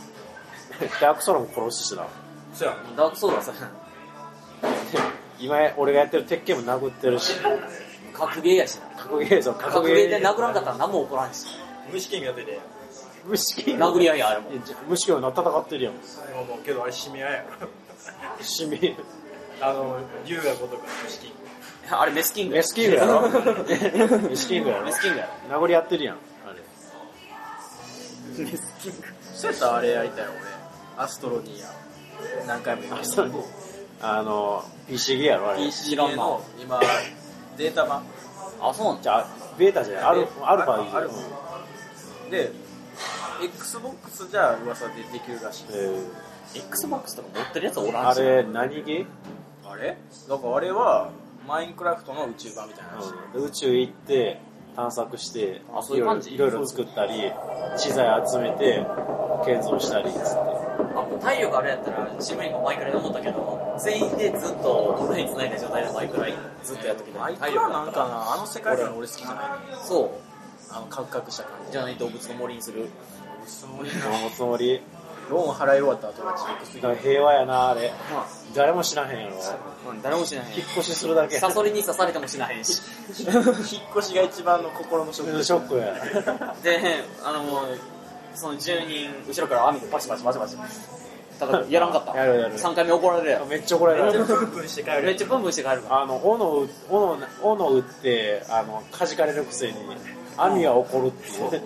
S1: ダークソウルも殺すし な
S3: そうや
S4: ダークソウルはさ、
S1: 今俺がやってる鉄拳も殴ってるし
S4: 格ゲーやしな。
S1: 格ゲーぞ
S4: 格ゲーで殴らんかったら何も起こらんし。
S3: 無試験やってて
S1: 無視権
S4: 殴り合いや、あれも
S1: い。やじゃ無視権な戦ってるやん
S3: でももうけどあれ締め合いやろ
S1: 市民
S3: あ の優雅ごとく無試験
S4: あれ メスキング
S1: メ
S4: や。
S1: スキングやろメスキングやろ
S4: メスキングや。
S1: 殴り合ってるやんあれ
S3: そうやったらあれやりたい俺アストロニア何回も言
S1: あそうあの PC ゲーやろあれ
S3: PC の今データ版
S4: あ、そうなん
S1: じゃあベータじゃないアルアルファいいじゃ
S3: ア
S1: ん
S3: ルフで XBOX じゃ噂でできるらしい
S1: えー
S4: ?Xbox とか持ってるやつおらん
S1: あ
S4: し。
S1: れ何ゲー
S3: あれだからあれはマインクラフトの宇宙版みたいな話、
S1: で宇宙行って探索して
S4: あそういう感じ
S1: いろいろいろいろ作ったり資材集めて建造したりっつって
S4: あ体力あれやったら、自分がマイクラで思ったけど、全員でずっとオンライン繋いだ状態でマイクラずっとやっときた
S3: マ
S4: い。
S3: イク
S4: 体
S3: ラ
S4: 力
S3: なん
S4: だ
S3: か
S4: ったら。
S3: なあの世界観俺好きじゃない
S4: そ
S3: あのカクカクした感
S4: う。
S3: じ
S4: じゃない動物の森にする。
S1: おつもり
S3: ローン払い終わった後がチークす
S1: だ
S3: ぎ
S1: か
S3: る
S1: ら平和やなあれ誰も知らへんやろ
S4: うん、誰もしない。
S1: 引っ越しするだけ
S4: サソリに刺されてもしないし。
S3: 引っ越しが一番の心のショック
S1: ショックや
S4: で、あの、その住人、後ろから網でパシパシパシパシ。ただ、やらんかった。
S1: やるやる
S4: 3回目怒られるやろ。
S1: めっちゃ怒られた
S3: プンプンして帰る
S4: めっちゃブンブンして帰るから。
S1: あの斧を斧斧を打ってあのかじかれるくせに網は怒るっていう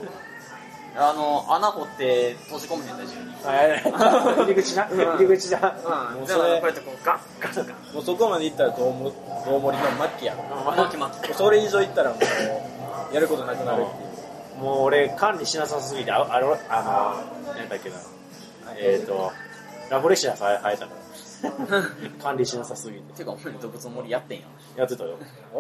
S4: あの、穴掘って閉じ込めへんだ、住人。
S1: あやだ入り口な入り口だ
S4: うんだからこうやってこうガッガッガッ。
S3: もうそこまで行ったらどうもどうもりの末期やも
S4: 巻き巻き。
S3: うそれ以上行ったらもうやることなくなるっていう
S1: もう俺管理しなさすぎてああれあの何だっけなえっ、ー、とラフレシアさえ生えたから 管理しなさすぎて。
S4: てか、お前動物の森やってんやん。
S1: やってたよ。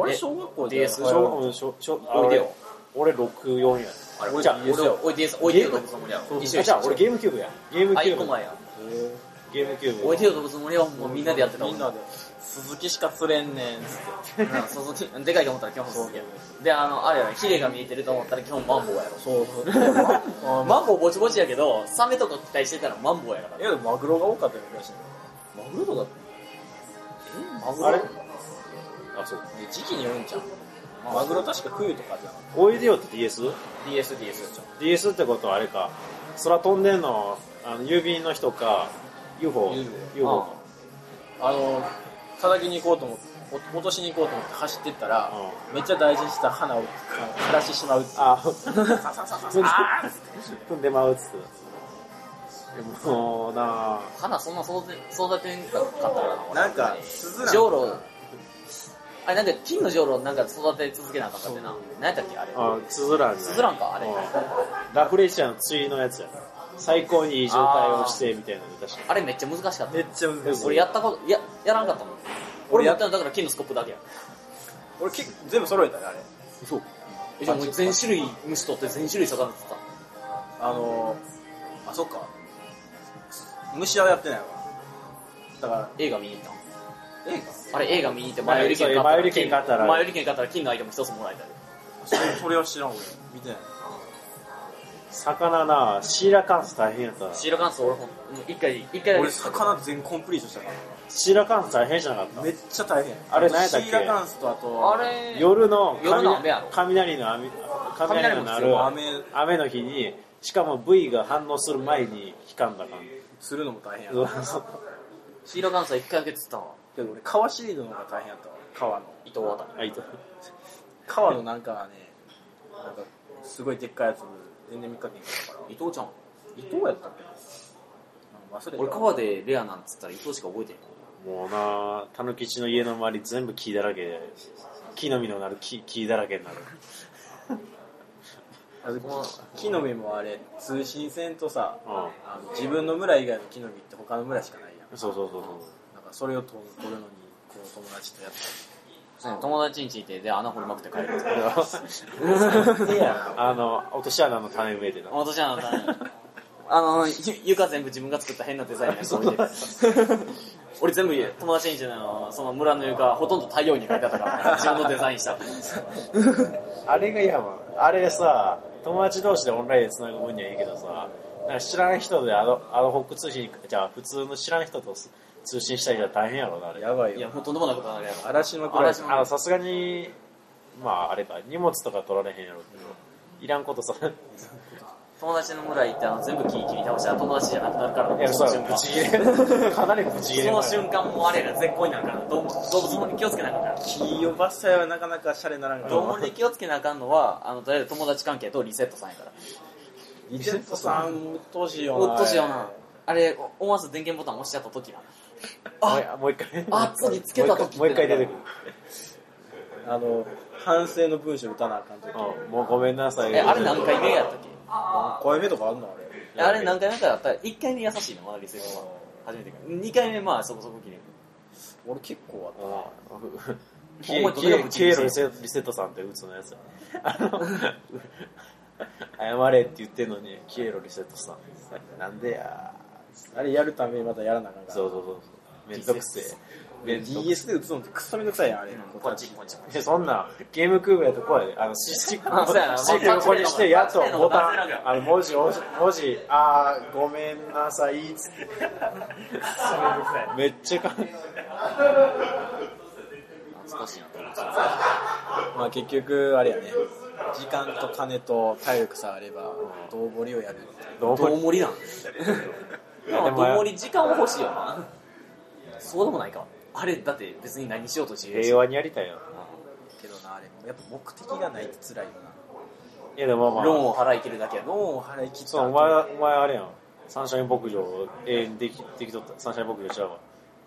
S3: あれ、小学校で
S4: DS
S1: 小学校の小、小、あ
S4: おいでよ。
S1: 俺64や。
S4: あれ、
S1: じゃあ
S4: 俺、俺、おいでやす、おいでよ、動物の森やろ。一緒
S1: あじゃあ俺
S4: ゲ
S1: ゲームキューブや。ゲーム
S4: あ、
S1: キュ
S4: 一
S1: ーブ
S4: 個。前や。
S1: へーゲームキューブ。
S4: おいでよ、動物の森はもうみんなでやってたも
S3: みんなで、鈴木しか釣れんねんっつって。
S4: うんそうそう、でかいと思ったら基本そうや。で、あの、あれやろ、ヒレが見えてると思ったら基本マンボウやろ。
S3: そうそう。
S4: マンボウぼちぼちやけど、サメとか期待してたらマンボウやから
S3: い。や、でもマグロが多かったよ、昔。
S4: マグロとか、えマグロ
S1: あれあ、そう。
S3: で、時期によるんちゃうマグロ確か冬とかじゃん。
S1: おいでよって DS?DS
S4: ?DS、DS ちょ。
S1: ってことはあれか。空飛んでんの、あの、郵便の人か、UFO。UFO か。
S3: あの、叩きに行こうと思って、お落としに行こうと思って走ってったら、
S1: う
S3: めっちゃ大事にした花をあの枯らしてしまうっていう
S1: あ、踏んでまうっつって。もうなぁ。
S4: 花そんな育て、育てんかったからな、俺
S3: なんか、鈴
S4: ジョウロウあれなんか金のジョウロウなんか育て続けなあかんかってな。何やったっけあれ。
S1: あ、つづらんね。
S4: スズランかあれ
S1: うんラフレシアの釣りのやつやな。最高にいい状態をして、みたいなの出した。
S4: あれめっちゃ難しかった
S3: め。っちゃ難しい。
S4: 俺やったこと、や、やらんかったもん。俺やったのだから金のスコップだけや。
S3: 俺結構全部揃えたね、あれ。
S1: そう。
S4: えじゃあもう全種類虫取って全種類魚釣った。
S3: あのー、あ、そっか。虫はやってないわ。だから、
S4: 映画見に行ったん
S3: 映
S4: あれ映画見に行って前売り券買ったら
S1: 前売り券買ったら
S4: 前売り券買ったら金のアイテム一つもらえたり
S3: 画それそれは知らん、俺。見てない。
S1: 魚なぁ、シーラカンス大変やったな。
S4: シーラカンス俺ほんもう一回一回だけ
S3: 俺、魚全コンプリートしたか。
S1: シーラカンス大変じゃなからっ
S3: めっちゃ大変。
S1: あれ何やったっけ
S3: シーラカンスとあと、
S4: あれ
S1: た。夜の
S4: 夜の雨やろ
S1: 雷の雨、雷の鳴
S4: 雷
S1: る
S4: も
S3: 雨
S1: 雨の日に、しかも部位が反応する前に引かんだ感じ。
S3: 釣るのも大変や
S1: そう
S3: な
S4: シーラカンスは一回だけ釣ったわ
S3: けど俺、川シリーズの方が大変やったわ。川の。
S4: 伊藤渡
S1: あ、いた。
S3: 川のなんかね、なんか、すごいでっかいやつ、全然見かけんかったから。
S4: 伊藤ちゃん
S3: 伊藤やったっけなんか忘れた。
S4: 俺川でレアなんつったら伊藤しか覚えてへん
S1: もうなぁ、たぬきちの家の周り全部木だらけで、木の実のなる木木だらけになる。
S3: あの木の実もあれ、通信線とさ、
S1: う
S3: あの自分の村以外の木の実って他の村しかないやん。
S1: ん。そうそうそうそう。
S3: なんかそれを取るのに、こう友達とやった
S4: そうね友達についてで穴掘りまくって帰るって
S3: り。いや
S1: あの、落とし穴の種植えてな。
S4: 私はあの あのゆ床全部自分が作った変なデザインのやつ置いてる 俺全部友達にしてのその村の床ほとんど太陽に書いてあったから自分のデザイ ンした
S1: あれが嫌わ。あれさ、友達同士でオンラインで繋ぐ分にはいいけどさ、なんか知らん人でアドアドホック通信、じゃあ普通の知らん人とす通信したりじゃ大変やろな、あれ。
S3: やばい
S4: いや
S3: よ。
S4: もうとんでもないことになるやろ
S3: 嵐のくらい
S4: 嵐。の
S1: あの、さすがに、まああれか、荷物とか取られへんやろうけど、いらんこと さ、い
S4: 友達の村行ってあの全部木切り倒したら友達じゃなくなるから
S1: や、
S4: そ
S1: そう、
S4: の瞬
S1: ぶ
S4: 間
S1: ち切れ、 かなりぶち切れ
S4: そ
S1: る
S4: の瞬間もうあれやから絶好になるからどうも動物の森に気をつけなあかんから
S3: 木を伐採はなかなかシャレにならんから。
S4: どうもで気をつけなあかんのは、あの、とりあえず友達関係とリセットさんやから。
S3: リセットさん、うっとうしいよな。
S4: うっとうしいよな。あれ、お思わず電源ボタン押しちゃった時な。あ、
S1: もうもう一回。
S4: あ次つけた時
S1: もう一回もう一回出てくる。
S3: あの、反省の文章打たなあかんとき。
S1: うん、もうごめんなさい。
S4: え、あれ何回目やったっ
S3: 声目とかあんのあれ。
S4: けあれ何回目かだったら、1回目優しいの、まだリセットさん。初めてか。2回目、まあ、そこそこ切れる。
S3: 俺結構あっ
S1: キエ
S4: お前どれがぶち切
S1: ロ
S4: れ
S1: リセリセットさんって打つのやつあの 謝れって言ってんのにキエロリセットさんなんでや
S3: た。あれやるためにまたやらなあかんから。
S1: そうそうそうそうめんどくせえめんどくせ
S3: DS で打つのってクソめんどくさいやん、あれ。
S4: ポチポチポチ。
S1: えそんなんゲームクーブやとこうやであのススチック
S4: あそうやな
S1: スチック横にしてやっとボタ
S4: タッチペンの方がタッチペンの方
S1: ンあの文字文字文字あーごめんなさいっつってめっちゃか
S4: 懐かしいな。
S3: まあ結局、あれやね。時間と金と体力さえあれば、道盛りをやるっていう
S1: どう
S4: どう
S1: も
S4: もりなんでも、どうもり時間は欲しいよな。そうでもないか。あれ、だって別に何しようとしてるし
S1: 平和にやりたいよ
S3: けどな、あれ。やっぱ目的がないって辛いよな。
S1: いやでもまあ
S4: ロー
S1: まあ
S4: ンを払い切るだけや
S3: ロー
S4: の。
S3: ンを払い切った
S1: そう、お前、お前あれやん。サンシャイン牧場を永遠にでき、できとった。サンシャイン牧場ちゃうわ。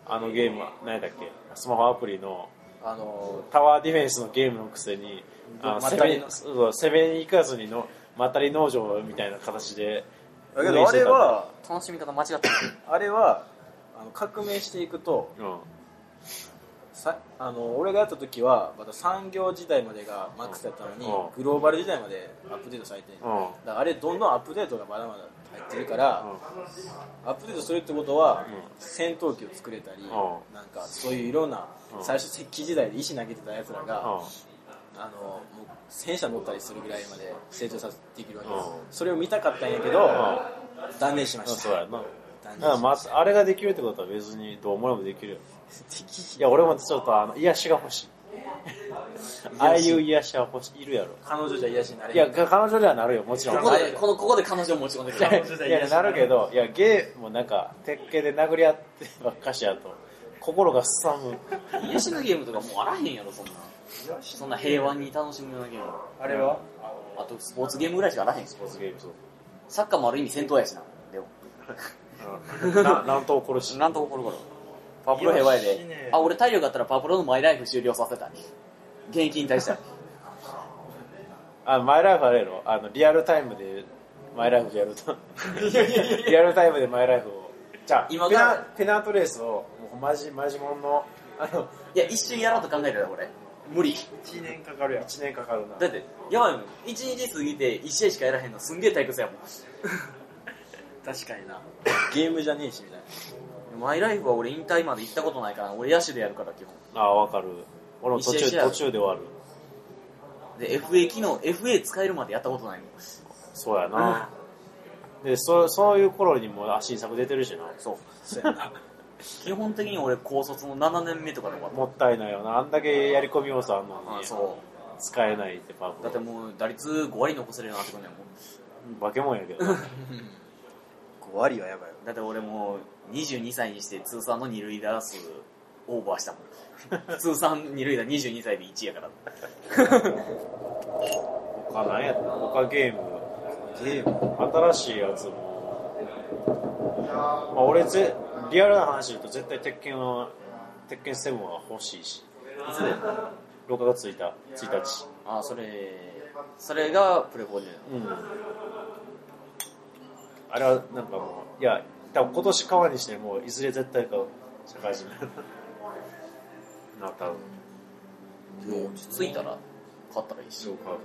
S1: あのゲームは、何やったっけスマホアプリの、
S3: あの
S1: タワーディフェンスのゲームのくせに、あの
S3: また
S1: 攻めに
S3: り、
S1: そう攻めに行かずにの、まったり農場みたいな形で、
S3: だけどあれは、
S4: 楽しみ方間違ってる。
S3: あれは、あ
S2: あの革命していくと
S1: うん
S2: さあの俺がやった時はまた産業時代までがマックスだったのに
S1: うん
S2: グローバル時代までアップデートされてだか
S1: うん
S2: らあれどんどんアップデートがまだまだ入ってるからアップデートするってことは戦闘機を作れたり
S1: ん
S2: なんかそういういろんな
S1: うん
S2: 最初石器時代で石投げてたやつらが
S1: うん
S2: あのもう戦車乗ったりするぐらいまで成長させていけるわけです、
S1: うん
S2: それを見たかったんやけど、断念しま
S1: うん
S2: し
S1: そう
S2: た
S1: やな
S2: 断
S1: だか
S2: 念
S1: ら
S2: し
S1: ま
S2: ま
S1: あ
S2: し、
S1: あれができるってことは別にどう思えもできるよ。いや、俺もちょっとあの、癒しが欲しい。ああいう癒しは欲しい、いるやろ。
S2: 彼女じゃ癒しになれ
S1: い
S2: へ
S1: や、
S2: ん
S1: か彼女ではなるよ、もちろん。
S4: ここで、この、ここで彼女を持ち込んでくる。
S1: いや、なるけど、いや、ゲーもなんか、鉄拳で殴り合ってばっかしやと、心がすさむ。
S4: 癒しのゲームとかもうあらへんやろ、そんな。そんな平和に楽しむようなゲーム。
S3: あれは
S4: あと、スポーツゲームぐらいしかあらへんし
S1: ス。ポーツゲームそう。
S4: サッカーもある意味戦闘やしな。でも、
S1: ななんと殺し。
S4: なんと怒るから。パプロ平和や
S3: 癒し
S4: で
S3: ね。
S4: あ、俺体力あったらパプロのマイライフ終了させたい。現役に対して。
S1: あ、マイライフあれやろあの、リアルタイムで、マイライフやる と。リアルタイムでマイライフを。じゃあ、
S4: 今
S1: ペ
S4: から
S1: ナペナントレースを、もうマジ、マジモンの、あの、
S4: いや、一瞬やろうと考えてた、俺。無理。
S3: 1年かかるやん
S1: 1年かかるな。
S4: だって、やばいもん。一日過ぎて一試合しかやらへんの、すんげえ退屈や もん。
S2: 確かになゲームじゃねえしみたいな
S4: マイライフは俺引退まで行ったことないから、俺野手でやるから基本。
S1: ああ、わかる。俺も途
S4: 一
S1: 中、
S4: 緒一緒や
S1: 途中で終わる。
S4: で、FA 機能、FA 使えるまでやったことないもん。
S1: そうやな。で、そそういう頃にもうあ新作出てるしな。
S4: そう。
S2: そうやな
S4: 基本的に俺高卒の7年目とかで終わっ
S1: もったいないよな。あんだけやり込み要素あんの
S4: た。
S1: に、
S4: そ
S1: 使えないってパー
S4: う。
S1: プ
S4: だって
S1: ル。
S4: もう打率5割残せるようになってくんねんもん。
S1: 化け物やけどな。
S2: 5割はやばいよ
S4: だって俺もう22歳にして通算の二塁打数オーバーし たもん。通算二塁打22歳で1位やから。
S1: 他何やった他ゲーム。
S2: ゲーム
S1: 新しいやつも、まあ、俺ぜリアルな話で言うと絶対鉄拳は鉄拳7は欲しいし
S4: いつで
S1: 6月1日1日
S4: ああ、それ、それがプレフォージュ。
S1: うんあれはなんかもういや多分今年川にしてもういずれ絶対買う社会人にな るな多分
S4: ついたら勝ったらいいし。
S1: そう買う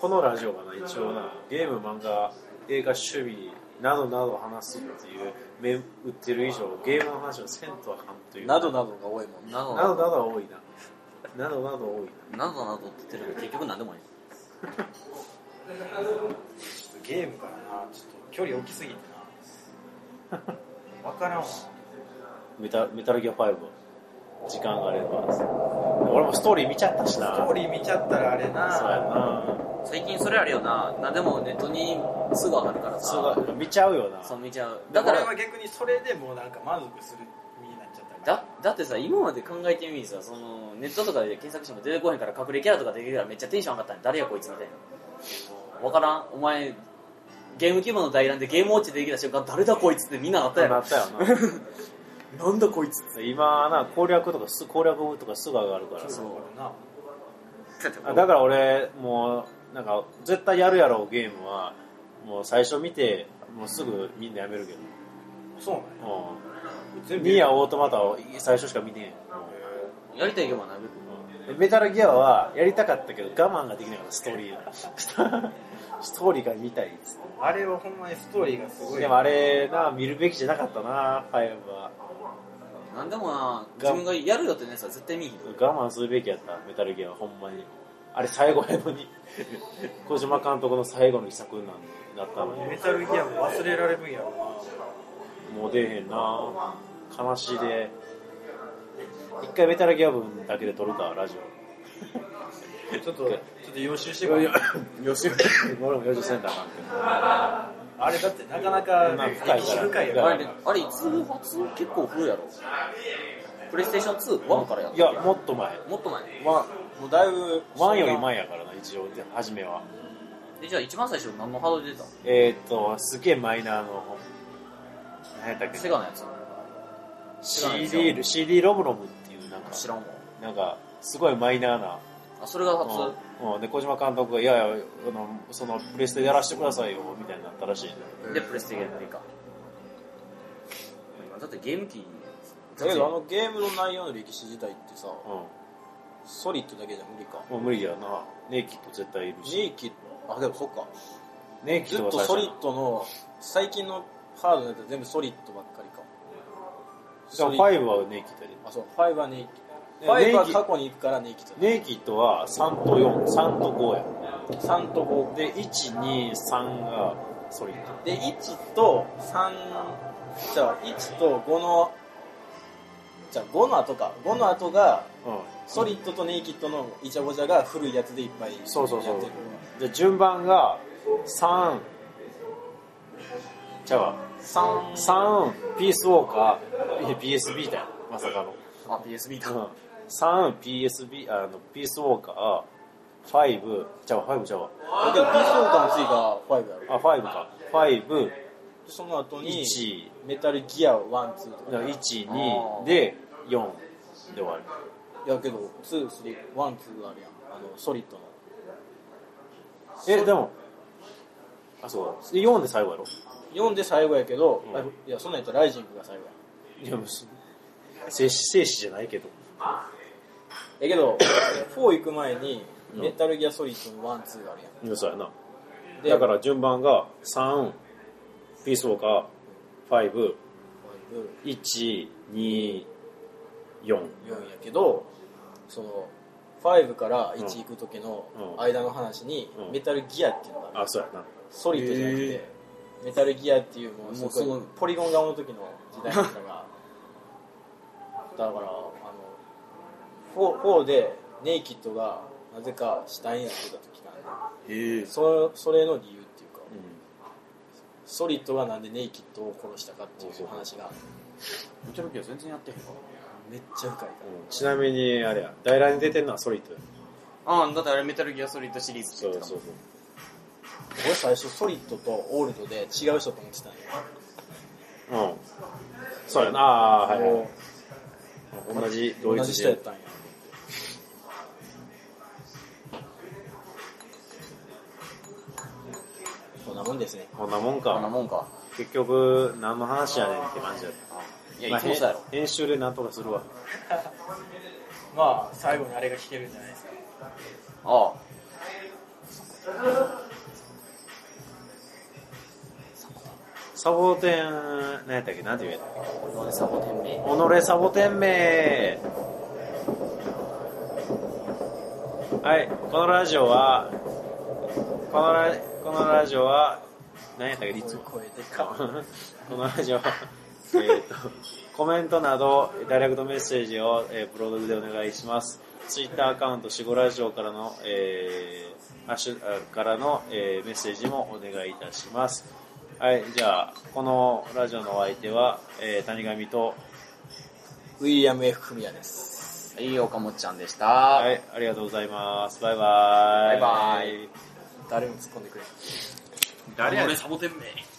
S1: このラジオがな一応なゲーム漫画映画趣味などなどを話すっていう目打ってる以上ゲームの話をせんとあかんという
S2: などなどが多いもんな
S4: など
S1: などなどは多いななどなど多いな
S4: などなどって言ってるけど結局何でもいい。
S3: ちょっとゲームからなちょっと距離大きすぎてな分からんわ
S1: メタメタルギア5時間があれば俺もストーリー見ちゃったしな
S3: ストーリー見ちゃったらあれ
S1: そうや
S3: な
S1: な
S4: 最近それあるよな。なでもネットにすぐ上がるからさ。
S1: そうだ見ちゃうよな
S4: そう見ちゃう。
S3: だ
S4: だ
S3: か
S4: から
S3: 俺
S4: ら
S3: は、逆にそれでもうなんか満足する身になっちゃったから
S4: だだってさ、今まで考えてみてさ、そのネットとかで検索しても出てこへんから隠れキャラとかできるからめっちゃテンション上がったね。誰やこいつみたいな。わからんお前、ゲーム規模の大乱でゲームウォッチできた瞬間、誰だこいつってみんななったや
S1: な
S4: ろ
S1: っ。たよな
S4: なんだこいつって。
S1: 今な攻略とかす攻略部とかすぐ上がるからさ
S3: そうだな
S1: あだから俺もうなんか絶対やるやろうゲームはもう最初見てもうすぐみんなやめるけど、
S3: そうなんや
S1: うん、ニアオートマタを最初しか見てへん
S4: やりたいゲームはない。
S1: でメタルギアはやりたかったけど我慢ができなかったストーリ ーストーリーが見たいっつって
S3: あれはほんまにストーリーがすごい
S1: でもあれな見るべきじゃなかったなファイブは
S4: なんでもな、自分がやるよってねさ、絶対見に行く。
S1: 我慢するべきやったメタルギアはほんまにあれ最後やのに小島監督の最後の一作になんなったのに
S3: メタルギアも忘れられるんやろ
S1: もう出えへんな悲しいで一回メタルギア分だけで撮るかラジオ
S3: なちょっとちょっと予習してこい
S1: よし俺もよしセンターなん
S3: あれだってなかなか
S1: まあ深いから
S3: 歴史深い
S1: 深
S4: あ
S3: よ
S4: れ、あれいつ発結構古いやろ。プレイステーション2、1からやっ
S1: け
S4: た
S1: いやもっと前
S4: もっと前。
S1: ワ
S2: もうだいぶ
S1: ンワンより前やからな一応初めは
S4: で、じゃあ一番最初何のハードで出た
S1: えー、っとすげえマイナーの何やったっけ
S4: セガのやつ
S1: CD, CD ロブロブっていうなんか
S4: 知らんわ。
S1: なんかすごいマイナーな
S4: あ、あそれが初
S1: うんうんで小島監督が「いやいやあのそのプレステやらせてくださいよ」みたいになったらしいね
S4: でプレステゲームリーか今だってゲーム機
S3: だけどあのゲームの内容の歴史自体ってさ、
S1: うんも
S3: ソリッドだけじゃ無理か。
S1: う無理やなネイキッド絶対いるし
S3: ネイキッド、あ、でもそっか。
S1: ネイキ
S3: ず
S1: ッ
S3: っ
S1: ドは最
S3: とソ
S1: 初
S3: リ
S1: な
S3: ッドの、最近のハードのやつは全部ソリッドばっかりか。
S1: でも5はネイキッドやで
S3: あ、そう、5はネイキッド。
S1: ネイ
S3: 5
S1: キ
S3: は過去に行くからネイキッド。
S1: ネイキッドは3と43と5や
S3: 3と5。
S1: で123がソリッド
S3: で、1と3、じゃあ1と5の、じゃあ5の後か。5の後が、
S1: うん
S3: ソリッドとネイキッドのイチャボジャが古いやつでいっぱいやってる。
S1: そうそうそうで順番が3ちゃうわ
S3: 3、
S1: 3ピースウォーカーいや PSB だよまさかの
S4: あ PSB だ
S1: 3 PSB あのピースウォーカー5ちゃうわ5ちゃうわ
S3: だけど、ピースウォーカーの次が5やろ。
S1: あ5か5
S3: でその後に、
S1: 1
S3: メタルギア1、2とか。
S1: 12で4で終わる
S3: いやけど、2、3、1、2あるやん。あの、ソリッドの。
S1: えでもあそうだで4で最後やろ
S3: 4で最後やけど、
S1: うん
S3: いや、そんなんやったらライジングが最後や。
S1: いや別に静止静止じゃないけど
S3: やけど、4行く前に、メタルギアソリッドの1、2があるやん。
S1: いやそうやな
S3: で
S1: だから順番が3ピースウォーカー
S3: 5、
S1: 51244
S3: 4やけどその5から1行く時の
S1: うん
S3: 間の話に、
S1: うん
S3: メタルギアっていうのがある
S1: あそうやな
S3: ソリッドじゃなくて、メタルギアっていうもうす
S4: もう
S3: ごい
S4: その
S3: ポリゴン顔の時の時代だったがだからあの 4, 4でネイキッドがなぜか死体になってた時なん
S7: へ
S3: でそそれの理由っていうか、
S1: う
S3: ソリッドがなんでネイキッドを殺したかっていう話が
S4: めちゃめちゃ全然やってへんわ
S3: めっちゃ深いから
S1: んうんちなみにあれや大乱に出てんのはソリッドや
S4: ああだってあれメタルギアソリッドシリーズって
S1: そ
S4: 言
S1: う
S4: って
S1: そう
S4: たもん
S1: そう
S3: 俺最初ソリッドとオールドで違う人と思ってたんや
S1: うんそうやなあーはいは
S3: も
S1: いう同じ同
S3: 同
S1: 一
S3: じ人やっ
S1: 人
S3: たんやこんなもんですね
S1: こんなもん
S4: こんな
S1: か
S4: もんか
S1: 結局何の話やねんって感じやっ
S4: い
S1: た
S4: やいつもそうやろ
S1: まあへん編集でなんとかするわ
S8: まあ、最後にあれが聞けるんじゃないですか。
S4: ああ
S1: サボテン何やったっけなんて言えた
S4: 俺はねサボテン名
S1: 己サボテン名はいこのラジオはこのラこのラジオは何やったっけいつも
S3: 声で か
S1: このラジオはえーとコメントなどダイレクトメッセージを、えーブログでお願いしますツイッターアカウント「しごラジオ」からの、えー、ハッシュあからの、えーメッセージもお願いいたしますはいじゃあこのラジオのお相手は、えー谷上と
S3: ウィリアム・ F ・クミヤです
S4: いい岡もっちゃんでした
S1: はい、ありがとうございます。バイバイ。
S4: バイバイ
S3: 誰も突っ込んでくれん
S4: 誰やねん俺サボテン名